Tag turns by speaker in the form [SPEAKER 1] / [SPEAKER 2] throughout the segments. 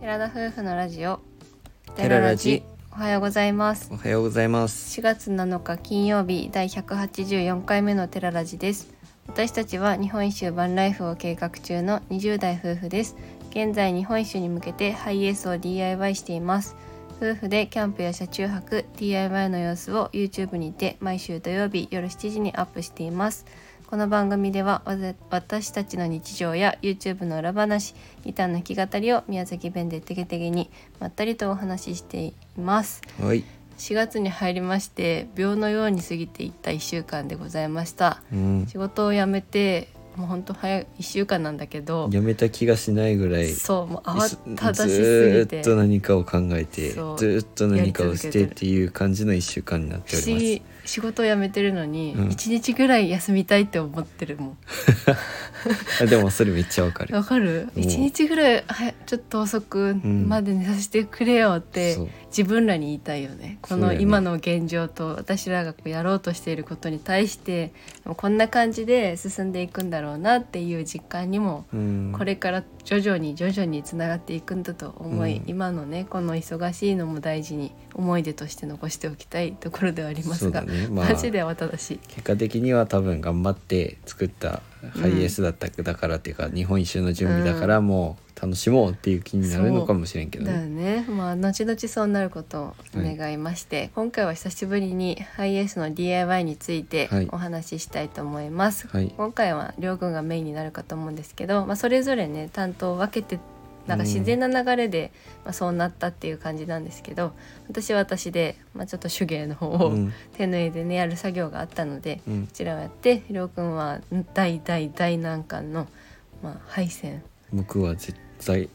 [SPEAKER 1] 夫婦のラジオ
[SPEAKER 2] テララジ
[SPEAKER 1] おはようございます
[SPEAKER 2] おはようございます
[SPEAKER 1] 4月7日金曜日第184回目のテララジです私たちは日本一周バンライフを計画中の20代夫婦です現在日本一周に向けてハイエースを DIY しています夫婦でキャンプや車中泊 DIY の様子を YouTube にて毎週土曜日夜7時にアップしていますこの番組ではわざ私たちの日常や YouTube の裏話ギターの弾き語りを宮崎弁でてげてげにまったりとお話ししています
[SPEAKER 2] はい
[SPEAKER 1] 4月に入りまして病のように過ぎていった1週間でございました
[SPEAKER 2] うん
[SPEAKER 1] 仕事を辞めてもうほんと早い1週間なんだけど、
[SPEAKER 2] やめた気がしないぐらい
[SPEAKER 1] そうもう
[SPEAKER 2] ず
[SPEAKER 1] 慌ただしすぎ
[SPEAKER 2] ずー
[SPEAKER 1] て
[SPEAKER 2] っと何かを考えてず
[SPEAKER 1] そう
[SPEAKER 2] ーっと何かをして
[SPEAKER 1] やり続けてる
[SPEAKER 2] っていう感じの一週間になって
[SPEAKER 1] 不
[SPEAKER 2] お
[SPEAKER 1] 思
[SPEAKER 2] り
[SPEAKER 1] 議仕事を辞めてるのに、
[SPEAKER 2] うん
[SPEAKER 1] 一日ぐらい休みたいって思ってるもん
[SPEAKER 2] ますあでもそれめっちゃわか る
[SPEAKER 1] わかる
[SPEAKER 2] うん
[SPEAKER 1] 一日ぐらいはちょっと遅く
[SPEAKER 2] ん
[SPEAKER 1] まで寝させてくれよって、
[SPEAKER 2] そう
[SPEAKER 1] 自分らに言いたいよねこ
[SPEAKER 2] そう
[SPEAKER 1] の
[SPEAKER 2] だよね
[SPEAKER 1] 今の現状と私らがこうやろうとしていることに対してでもこんな感じで進んでいくんだろうなっていう実感にも
[SPEAKER 2] うん
[SPEAKER 1] これから徐々に徐々につながっていくんだと思い、
[SPEAKER 2] うん
[SPEAKER 1] 今のねこの忙しいのも大事に思い出として残しておきたいところではありま
[SPEAKER 2] そ
[SPEAKER 1] す
[SPEAKER 2] うだ
[SPEAKER 1] が、
[SPEAKER 2] ねまあ
[SPEAKER 1] マジで慌ただしい。
[SPEAKER 2] 結果的には多分頑張って作ったハイエースだった、だからっていうか日本一周の準備だからもう楽しもうっていう気になるのかもしれんけど
[SPEAKER 1] だよ
[SPEAKER 2] ね。
[SPEAKER 1] ね、まあ後々そうなることを願いまして、今回は久しぶりにハイエースの DIY について
[SPEAKER 2] はい
[SPEAKER 1] お話ししたいと思います、
[SPEAKER 2] はい
[SPEAKER 1] 今回は両軍がメインになるかと思うんですけど、まあ、それぞれね担当を分けてなんか自然な流れで、まあ、そうなったっていう感じなんですけど私は私で、まあ、ちょっと手芸の方
[SPEAKER 2] う
[SPEAKER 1] を
[SPEAKER 2] ん
[SPEAKER 1] 手縫いでねやる作業があったので、
[SPEAKER 2] うん
[SPEAKER 1] こちらをやってりょうくんは大大大難関の、まあ、配線
[SPEAKER 2] 僕は絶対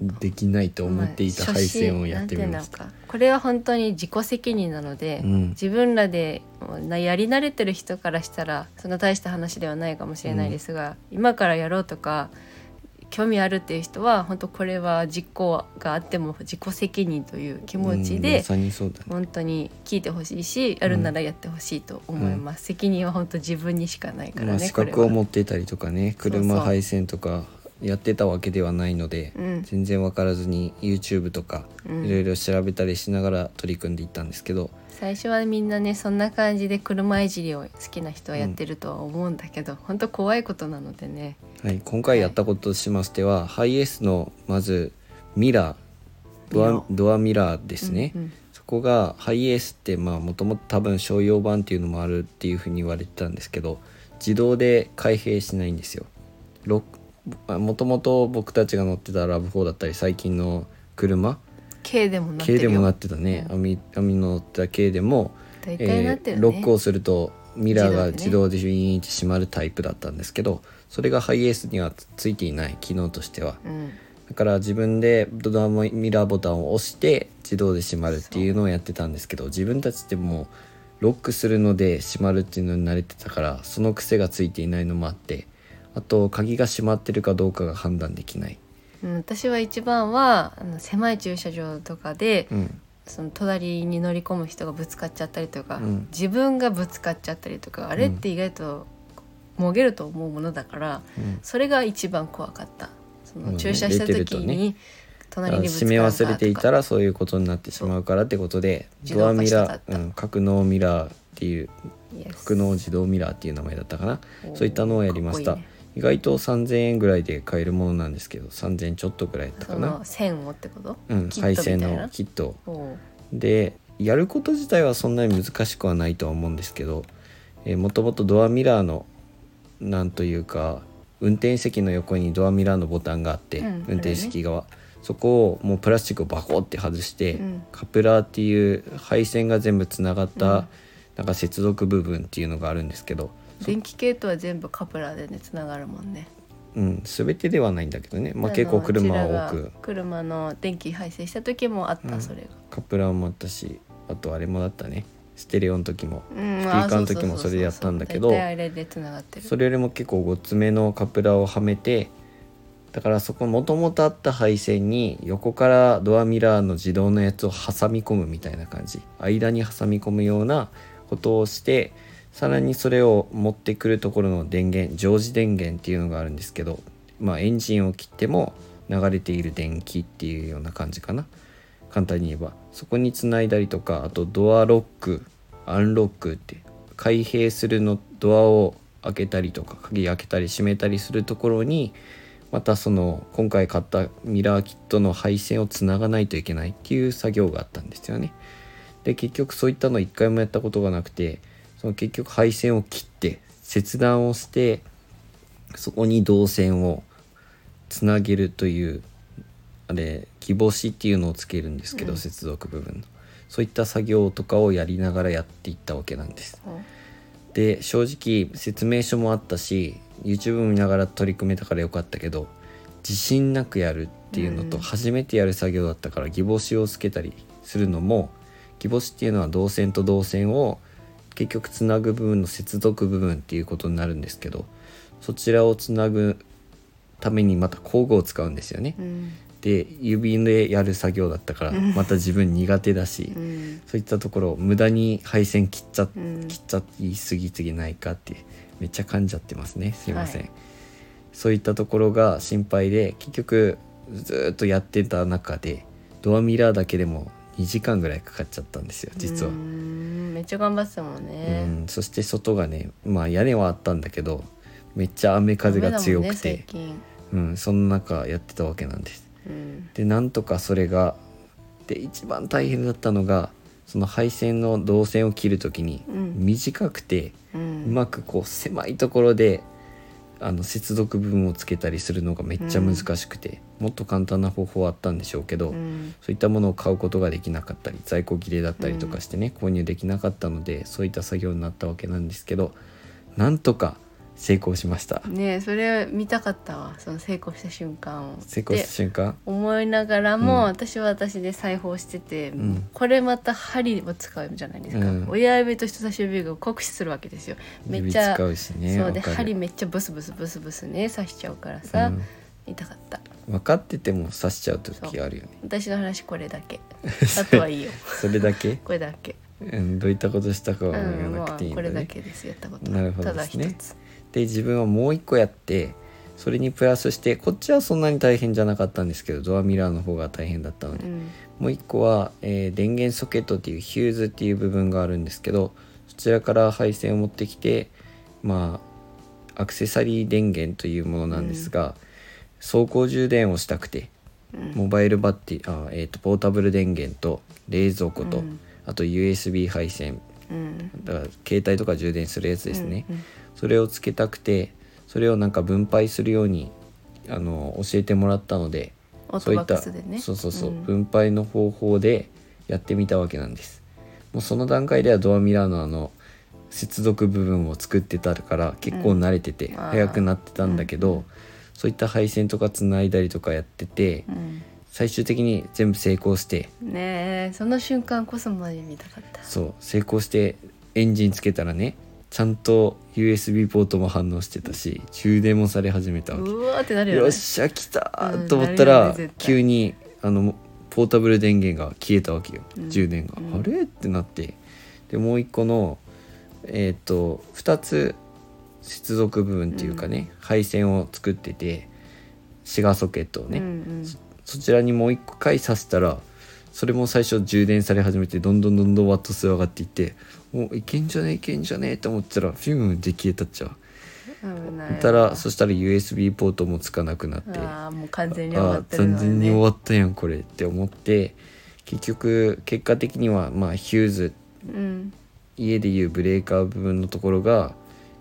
[SPEAKER 2] できないと思っていた配線をやってみま
[SPEAKER 1] 初心な
[SPEAKER 2] した
[SPEAKER 1] んていうのかこれは本当に自己責任なので、
[SPEAKER 2] うん
[SPEAKER 1] 自分らでもうなやり慣れてる人からしたらそんな大した話ではないかもしれないですが、今からやろうとか興味あるっていう人は本当これは実行があっても自己責任という気持ち
[SPEAKER 2] うんま
[SPEAKER 1] で、
[SPEAKER 2] さにそうだね
[SPEAKER 1] 本当に聞いてほしいしやるならやってほしいと思います、責任は本当自分にしかないからね、
[SPEAKER 2] まあ、資
[SPEAKER 1] こ
[SPEAKER 2] 格
[SPEAKER 1] れ
[SPEAKER 2] を
[SPEAKER 1] は
[SPEAKER 2] 持っていたりとかね
[SPEAKER 1] そうそう
[SPEAKER 2] 車配線とかやってたわけではないので、
[SPEAKER 1] うん
[SPEAKER 2] 全然分からずに YouTube とか
[SPEAKER 1] うん
[SPEAKER 2] いろいろ調べたりしながら取り組んでいったんですけど、
[SPEAKER 1] 最初はみんなねそんな感じで車いじりを好きな人はやってるとは思うんだけど、本当怖いことなのでね
[SPEAKER 2] はい、今回やったこととしましては、ハイエースのまずミラードアドアミラーですね、
[SPEAKER 1] うんうん
[SPEAKER 2] そこがハイエースってまあもともと多分商用版っていうのもあるっていうふうに言われてたんですけど自動で開閉しないんですよろあもともと僕たちが乗ってたラブ4だったり最近の車
[SPEAKER 1] 軽でもなって
[SPEAKER 2] 軽
[SPEAKER 1] るよ
[SPEAKER 2] でもなってたね、
[SPEAKER 1] う
[SPEAKER 2] 網網乗った軽でも、
[SPEAKER 1] 大体な
[SPEAKER 2] え
[SPEAKER 1] って
[SPEAKER 2] ー
[SPEAKER 1] る
[SPEAKER 2] ロ
[SPEAKER 1] ね、
[SPEAKER 2] ックをするとミラーが
[SPEAKER 1] 自
[SPEAKER 2] 自
[SPEAKER 1] 動
[SPEAKER 2] 動でウィーンって閉まるタイプだったんですけどそれがハイエースにはついていない機能としては
[SPEAKER 1] うん、
[SPEAKER 2] だから自分でドラマミラーボタンを押して自動で閉まるっていうのをやってたんですけど自分たちってもうロックするので閉まるっていうのに慣れてたからその癖がついていないのもあってあと鍵が閉まってるかどうかが判断できな
[SPEAKER 1] う
[SPEAKER 2] い、
[SPEAKER 1] ん私は一番はあの狭い駐車場とかで、
[SPEAKER 2] うん、
[SPEAKER 1] その隣に乗り込む人がぶつかっちゃったりとか、
[SPEAKER 2] うん
[SPEAKER 1] 自分がぶつかっちゃったりとかあれって意外ともげると思うものだから、
[SPEAKER 2] うん
[SPEAKER 1] それが一番怖かったそ
[SPEAKER 2] まあ
[SPEAKER 1] の
[SPEAKER 2] ね
[SPEAKER 1] 閉車した
[SPEAKER 2] 出てる
[SPEAKER 1] 時
[SPEAKER 2] と
[SPEAKER 1] に、
[SPEAKER 2] ね
[SPEAKER 1] 隣にぶつか
[SPEAKER 2] 閉め
[SPEAKER 1] るか
[SPEAKER 2] 忘れていた
[SPEAKER 1] ら
[SPEAKER 2] らそういうことになってしまうからってことで
[SPEAKER 1] そう
[SPEAKER 2] ドアミ
[SPEAKER 1] 自動化したか
[SPEAKER 2] ラ
[SPEAKER 1] った
[SPEAKER 2] ー、うん、格納ミラーっていう格納自動ミラーっていう名前だったかなそういったのをやりました
[SPEAKER 1] かっこいいね
[SPEAKER 2] 意外と3000円ぐらいで買えるものなんですけど3000ちょっとぐらいだったか
[SPEAKER 1] そ
[SPEAKER 2] な
[SPEAKER 1] の、線をってこと、
[SPEAKER 2] うん、
[SPEAKER 1] キッ
[SPEAKER 2] 配
[SPEAKER 1] トみたい
[SPEAKER 2] 線
[SPEAKER 1] な
[SPEAKER 2] のキット
[SPEAKER 1] おう
[SPEAKER 2] でやること自体はそんなに難しくはないとは思うんですけど、えー、もともとドアミラーのなんというか運転席の横にドアミラーのボタンがあって、
[SPEAKER 1] うん
[SPEAKER 2] 運転席側、そこをもうプラスチックをバコって外して、
[SPEAKER 1] うん
[SPEAKER 2] カプラーっていう配線が全部つながった、
[SPEAKER 1] うん
[SPEAKER 2] なんか接続部分っていうのがあるんですけど、
[SPEAKER 1] 電気系統は全部カプラーでねつながるもんね、
[SPEAKER 2] うん、全てではないんだけどね、まあ、
[SPEAKER 1] の
[SPEAKER 2] 結構車
[SPEAKER 1] うち
[SPEAKER 2] は
[SPEAKER 1] ら
[SPEAKER 2] 多
[SPEAKER 1] が
[SPEAKER 2] く
[SPEAKER 1] 車の電気配線した時もあった、
[SPEAKER 2] うん
[SPEAKER 1] それが
[SPEAKER 2] カプラーもあったしあとあれもだったねステレオの時も
[SPEAKER 1] うん
[SPEAKER 2] スピーカーの時もそれでやったんだけ
[SPEAKER 1] あそうそうそうそう
[SPEAKER 2] ど
[SPEAKER 1] 大体あれでつながってる
[SPEAKER 2] それよりも結構ごつめのカプラーをはめてだからそこもともとあった配線に横からドアミラーの自動のやつを挟み込むみたいな感じ間に挟み込むようなことをしてさらにそれを持ってくるところの電源常時電源っていうのがあるんですけどまあエンジンを切っても流れている電気っていうような感じかな簡単に言えばそこにつないだりとかあとドアロックアンロックって開閉するのドアを開けたりとか鍵開けたり閉めたりするところにまたその今回買ったミラーキットの配線をつながないといけないっていう作業があったんですよね。で結局そういったの一回もやったことがなくてその結局配線を切って切断をしてそこに導線をつなげるというあれ木干しっていうのをつけるんですけど、
[SPEAKER 1] うん
[SPEAKER 2] 接続部分のそういった作業とかをやりながらやっていったわけなんです。で正直説明書もあったし YouTube 見ながら取り組めたからよかったけど自信なくやるっていうのと、
[SPEAKER 1] うん
[SPEAKER 2] 初めてやる作業だったからギボシをつけたりするのもギボシっていうのは導線と導線を結局つなぐ部分の接続部分っていうことになるんですけどそちらをつなぐためにまた工具を使うんですよね。
[SPEAKER 1] うん
[SPEAKER 2] で指でやる作業だったから
[SPEAKER 1] うん
[SPEAKER 2] また自分苦手だし、
[SPEAKER 1] うん
[SPEAKER 2] そういったところを無駄に配線切っちゃっ
[SPEAKER 1] うん
[SPEAKER 2] 切っちゃいすぎてないかってめっちゃ噛んじゃってますねすいません、
[SPEAKER 1] は
[SPEAKER 2] そういったところが心配で結局ずーっとやってた中でドアミラーだけでも2時間ぐらいかかっちゃったんですよ実は、
[SPEAKER 1] うーんめっちゃ頑張ってたもんね
[SPEAKER 2] うんそして外がねまあ屋根はあったんだけどめっちゃ雨風が強く
[SPEAKER 1] ダメ
[SPEAKER 2] て、
[SPEAKER 1] だもんね
[SPEAKER 2] うん、その中やってたわけなんで
[SPEAKER 1] 最
[SPEAKER 2] す
[SPEAKER 1] 近うん
[SPEAKER 2] でなんとかそれがで一番大変だったのがその配線の導線を切るときに
[SPEAKER 1] うん
[SPEAKER 2] 短くて、
[SPEAKER 1] う
[SPEAKER 2] うんまくこう狭いところであの接続部分をつけたりするのがめっちゃ難しくて、もっと簡単な方法はあったんでしょうけど、
[SPEAKER 1] うん
[SPEAKER 2] そういったものを買うことができなかったり在庫切れだったりとかしてね、購入できなかったのでそういった作業になったわけなんですけどなんとか成功しました。
[SPEAKER 1] ねえそれ見たかったわその成功した瞬間を
[SPEAKER 2] 成功した
[SPEAKER 1] で
[SPEAKER 2] 瞬間
[SPEAKER 1] 思いながらも、
[SPEAKER 2] うん
[SPEAKER 1] 私は私で裁縫してて、
[SPEAKER 2] ん
[SPEAKER 1] これまた針を使うじゃないですか、
[SPEAKER 2] うん
[SPEAKER 1] 親指と人差し指が酷使するわけですよめっ
[SPEAKER 2] 指
[SPEAKER 1] ちゃ
[SPEAKER 2] 使うしね
[SPEAKER 1] そうで
[SPEAKER 2] わかる
[SPEAKER 1] 針めっちゃブスブスブスブスね刺しちゃうからさ、
[SPEAKER 2] うん
[SPEAKER 1] 痛かった
[SPEAKER 2] 分かってても刺しちゃう時あるよね
[SPEAKER 1] 私の話これだけあと はいいよ
[SPEAKER 2] それだけ、
[SPEAKER 1] これだけ、
[SPEAKER 2] うん、どういったことしたか
[SPEAKER 1] う
[SPEAKER 2] は言
[SPEAKER 1] ん、
[SPEAKER 2] わ
[SPEAKER 1] も
[SPEAKER 2] なくていい
[SPEAKER 1] うんこ
[SPEAKER 2] だ
[SPEAKER 1] れだ
[SPEAKER 2] ね
[SPEAKER 1] けですやったことは
[SPEAKER 2] なるほど
[SPEAKER 1] ただ
[SPEAKER 2] で
[SPEAKER 1] 一
[SPEAKER 2] すね
[SPEAKER 1] つ、
[SPEAKER 2] で自分はもう一個やってそれにプラスしてこっちはそんなに大変じゃなかったんですけどドアミラーの方が大変だったので、
[SPEAKER 1] うん
[SPEAKER 2] もう一個は、えー電源ソケットっていうヒューズっていう部分があるんですけどそちらから配線を持ってきてまあアクセサリー電源というものなんですが、走行充電をしたくて
[SPEAKER 1] うん
[SPEAKER 2] モバイルバッテリあ、えー、とポータブル電源と冷蔵庫と、
[SPEAKER 1] うん
[SPEAKER 2] あと USB 配線
[SPEAKER 1] うん
[SPEAKER 2] だから携帯とか充電するやつですね、
[SPEAKER 1] うんうん
[SPEAKER 2] それをつけたくてそれをなんか分配するようにあの教えてもらったので
[SPEAKER 1] オー
[SPEAKER 2] そ
[SPEAKER 1] ト
[SPEAKER 2] うい
[SPEAKER 1] バ
[SPEAKER 2] っ
[SPEAKER 1] ック
[SPEAKER 2] た
[SPEAKER 1] スでね
[SPEAKER 2] そうそうそう、
[SPEAKER 1] ん
[SPEAKER 2] 分配の方法でやってみたわけなんですもうその段階ではドアミラーのあの接続部分を作ってたから結構慣れてて
[SPEAKER 1] ん
[SPEAKER 2] 早くなってたんだけど、
[SPEAKER 1] うん
[SPEAKER 2] そういった配線とかつないだりとかやってて、
[SPEAKER 1] うん
[SPEAKER 2] 最終的に全部成功して
[SPEAKER 1] ねえその瞬間こそマジ見たかった
[SPEAKER 2] そう成功してエンジンつけたらねちゃんと USB ポートも反応してたし充電もされ始めたわけ
[SPEAKER 1] うわーってなるよね
[SPEAKER 2] よっしゃ来た
[SPEAKER 1] うん
[SPEAKER 2] ーと思ったら、
[SPEAKER 1] なるよね絶対
[SPEAKER 2] 急にあのポータブル電源が消えたわけよ、
[SPEAKER 1] うん
[SPEAKER 2] 充電が、
[SPEAKER 1] うん
[SPEAKER 2] あれってなってでもう一個のえっ、と2つ接続部分っていうかね、配線を作っててシガーソケットをね、
[SPEAKER 1] うんうん
[SPEAKER 2] そちらにもう一個回させたらそれも最初充電され始めてどんどんどんどんワット数上がっていってもういけんじゃねえいけんじゃねえと思ってたらフィウムで消えたっちゃう
[SPEAKER 1] 危ない
[SPEAKER 2] たらそしたら USB ポートもつかなくなって
[SPEAKER 1] ああもう完全に終わ
[SPEAKER 2] あ
[SPEAKER 1] ってる
[SPEAKER 2] 完
[SPEAKER 1] の
[SPEAKER 2] 全に終
[SPEAKER 1] ね
[SPEAKER 2] わったやんこれって思って結局結果的にはまあヒューズ
[SPEAKER 1] うん
[SPEAKER 2] 家でいうブレーカー部分のところが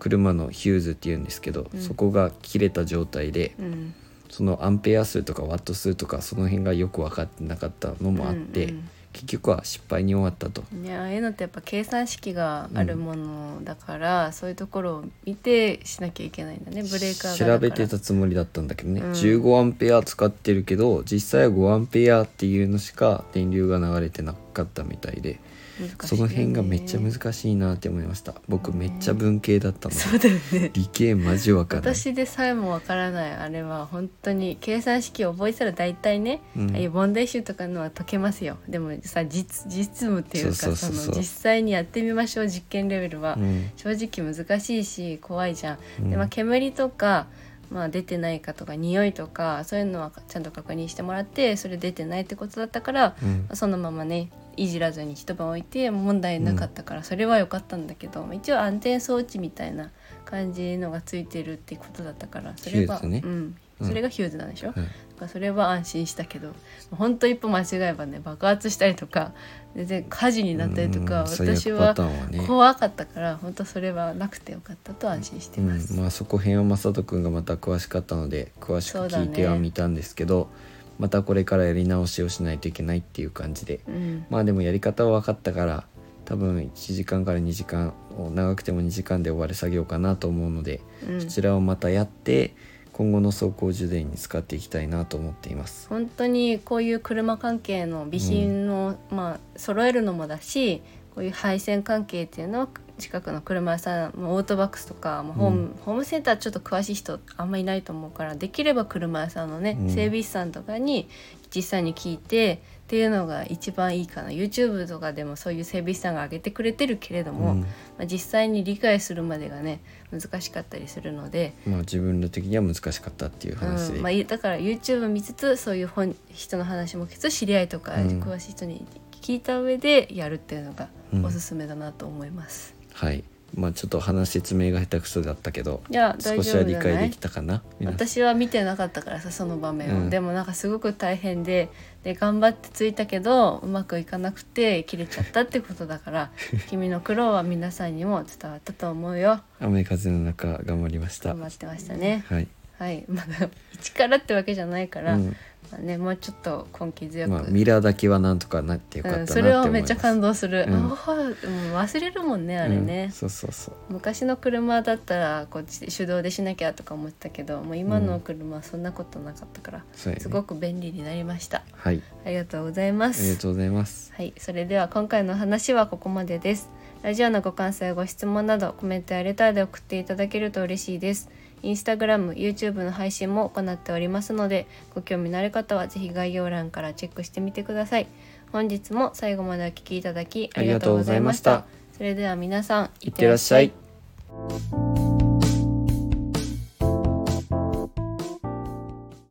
[SPEAKER 2] 車のヒューズっていうんですけど、
[SPEAKER 1] うん
[SPEAKER 2] そこが切れた状態で
[SPEAKER 1] うん
[SPEAKER 2] そのアンペア数とかワット数とかその辺がよく分かってなかったのもあって、
[SPEAKER 1] うんうん
[SPEAKER 2] 結局は失敗に終わったと。
[SPEAKER 1] ね、ああいうのってやっぱ計算式があるものだから、そういうところを見てしなきゃいけないんだねブレーカーが
[SPEAKER 2] 調
[SPEAKER 1] だから
[SPEAKER 2] べてたつもりだったんだけどね、
[SPEAKER 1] うん
[SPEAKER 2] 15アンペア使ってるけど実際は5アンペアっていうのしか電流が流れてなかったみたいで、
[SPEAKER 1] 難しいよね
[SPEAKER 2] その辺がめっちゃ難しいなって思いました僕めっちゃ文系だったので、
[SPEAKER 1] そうだよね
[SPEAKER 2] 理系マジわかんない
[SPEAKER 1] 私でさえもわからないあれは本当に計算式を覚えたら大体ね、
[SPEAKER 2] うん
[SPEAKER 1] ああいう問題集とかのは解けますよでもさ実実務っていうか
[SPEAKER 2] そうそうそうそう
[SPEAKER 1] の実際にやってみましょう実験レベルは、
[SPEAKER 2] うん
[SPEAKER 1] 正直難しいし怖いじゃん。で
[SPEAKER 2] うん
[SPEAKER 1] まあ、煙とかまあ、出てないかとか匂いとかそういうのはちゃんと確認してもらってそれ出てないってことだったから
[SPEAKER 2] うん
[SPEAKER 1] そのままねいじらずに一晩置いて問題なかったからそれは良かったんだけど、一応安全装置みたいな感じのがついてるってことだったからそれは、
[SPEAKER 2] ヒューズね
[SPEAKER 1] うん、
[SPEAKER 2] うん
[SPEAKER 1] それがヒューズなんでしょ、
[SPEAKER 2] はい
[SPEAKER 1] だからそれは安心したけど本当一歩間違えばね爆発したりとか全然火事になったりとか
[SPEAKER 2] うん最悪
[SPEAKER 1] 私
[SPEAKER 2] パ
[SPEAKER 1] は
[SPEAKER 2] ターンはね
[SPEAKER 1] 怖かったから本当それはなくてよかったと安心してます。
[SPEAKER 2] うんまあ、そこ辺は正人君がまた詳しかったので詳しく聞いてはみたんですけど、またこれからやり直しをしないといけないっていう感じで
[SPEAKER 1] うん
[SPEAKER 2] まあでもやり方は分かったから多分1時間から2時間長くても2時間で終わる作業かなと思うので、
[SPEAKER 1] うん
[SPEAKER 2] そちらをまたやって今後の走行受電に使っていきたいなと思っています。
[SPEAKER 1] 本当にこういう車関係の備品を、まあ揃えるのもだしこういう配線関係っていうのを近くの車屋さんもうオートバックスとかもうホーム、ホームセンターちょっと詳しい人あんまりいないと思うからできれば車屋さんのね、
[SPEAKER 2] うん
[SPEAKER 1] 整備士さんとかに実際に聞いてっていうのが一番いいかな YouTube とかでもそういう整備士さんが上げてくれてるけれども、
[SPEAKER 2] うん
[SPEAKER 1] まあ、実際に理解するまでがね難しかったりするので、
[SPEAKER 2] まあ、自分ら的には難しかったっていう話
[SPEAKER 1] う
[SPEAKER 2] で、
[SPEAKER 1] んまあ、いだから YouTube 見つつそういう本人の話も聞きつつ知り合いとか
[SPEAKER 2] うん
[SPEAKER 1] 詳しい人に聞いた上でやるっていうのが
[SPEAKER 2] うん
[SPEAKER 1] おすすめだなと思います。
[SPEAKER 2] はい、まあ、ちょっと話説明が下手くそだったけど
[SPEAKER 1] いや大
[SPEAKER 2] 少し
[SPEAKER 1] 丈
[SPEAKER 2] は
[SPEAKER 1] 夫じ
[SPEAKER 2] 理
[SPEAKER 1] ゃ
[SPEAKER 2] 解
[SPEAKER 1] な
[SPEAKER 2] で
[SPEAKER 1] い
[SPEAKER 2] きたかな皆さん
[SPEAKER 1] 私は見てなかったからさその場面を、
[SPEAKER 2] うん
[SPEAKER 1] でもなんかすごく大変でで頑張ってついたけどうまくいかなくて切れちゃったってことだから 君の苦労は皆さんにも伝わったと思うよ
[SPEAKER 2] 雨風の中頑張りました
[SPEAKER 1] 頑張ってましたね
[SPEAKER 2] はい、
[SPEAKER 1] はいまだ 一からってわけじゃないから、
[SPEAKER 2] うん
[SPEAKER 1] まあね、もうちょっと根気強く、
[SPEAKER 2] まあ、ミラーだけはなんとかなってよかった
[SPEAKER 1] う、
[SPEAKER 2] なんって
[SPEAKER 1] そ
[SPEAKER 2] 思い
[SPEAKER 1] れ
[SPEAKER 2] ます、
[SPEAKER 1] はめっちゃ感動する、
[SPEAKER 2] うん
[SPEAKER 1] ああーうん忘れるもんねあれ
[SPEAKER 2] うん
[SPEAKER 1] ね、
[SPEAKER 2] そうそうそう
[SPEAKER 1] 昔の車だったらこっち手動でしなきゃとか思ってたけどもう今の車はそんなことなかったから、
[SPEAKER 2] そうやね
[SPEAKER 1] すごく便利になりました
[SPEAKER 2] はい
[SPEAKER 1] ありがとうございま
[SPEAKER 2] あり
[SPEAKER 1] す
[SPEAKER 2] がとうございます
[SPEAKER 1] はい、それでは今回の話はここまでです。ラジオのご感想やご質問などコメントやレターで送っていただけると嬉しいです。インスタグラム、YouTube の配信も行っておりますので、ご興味のある方はぜひ概要欄からチェックしてみてください。本日も最後までお聞きいただきありがとうございました。
[SPEAKER 2] ありがとうございま
[SPEAKER 1] それでは皆さん、
[SPEAKER 2] いってらっしゃい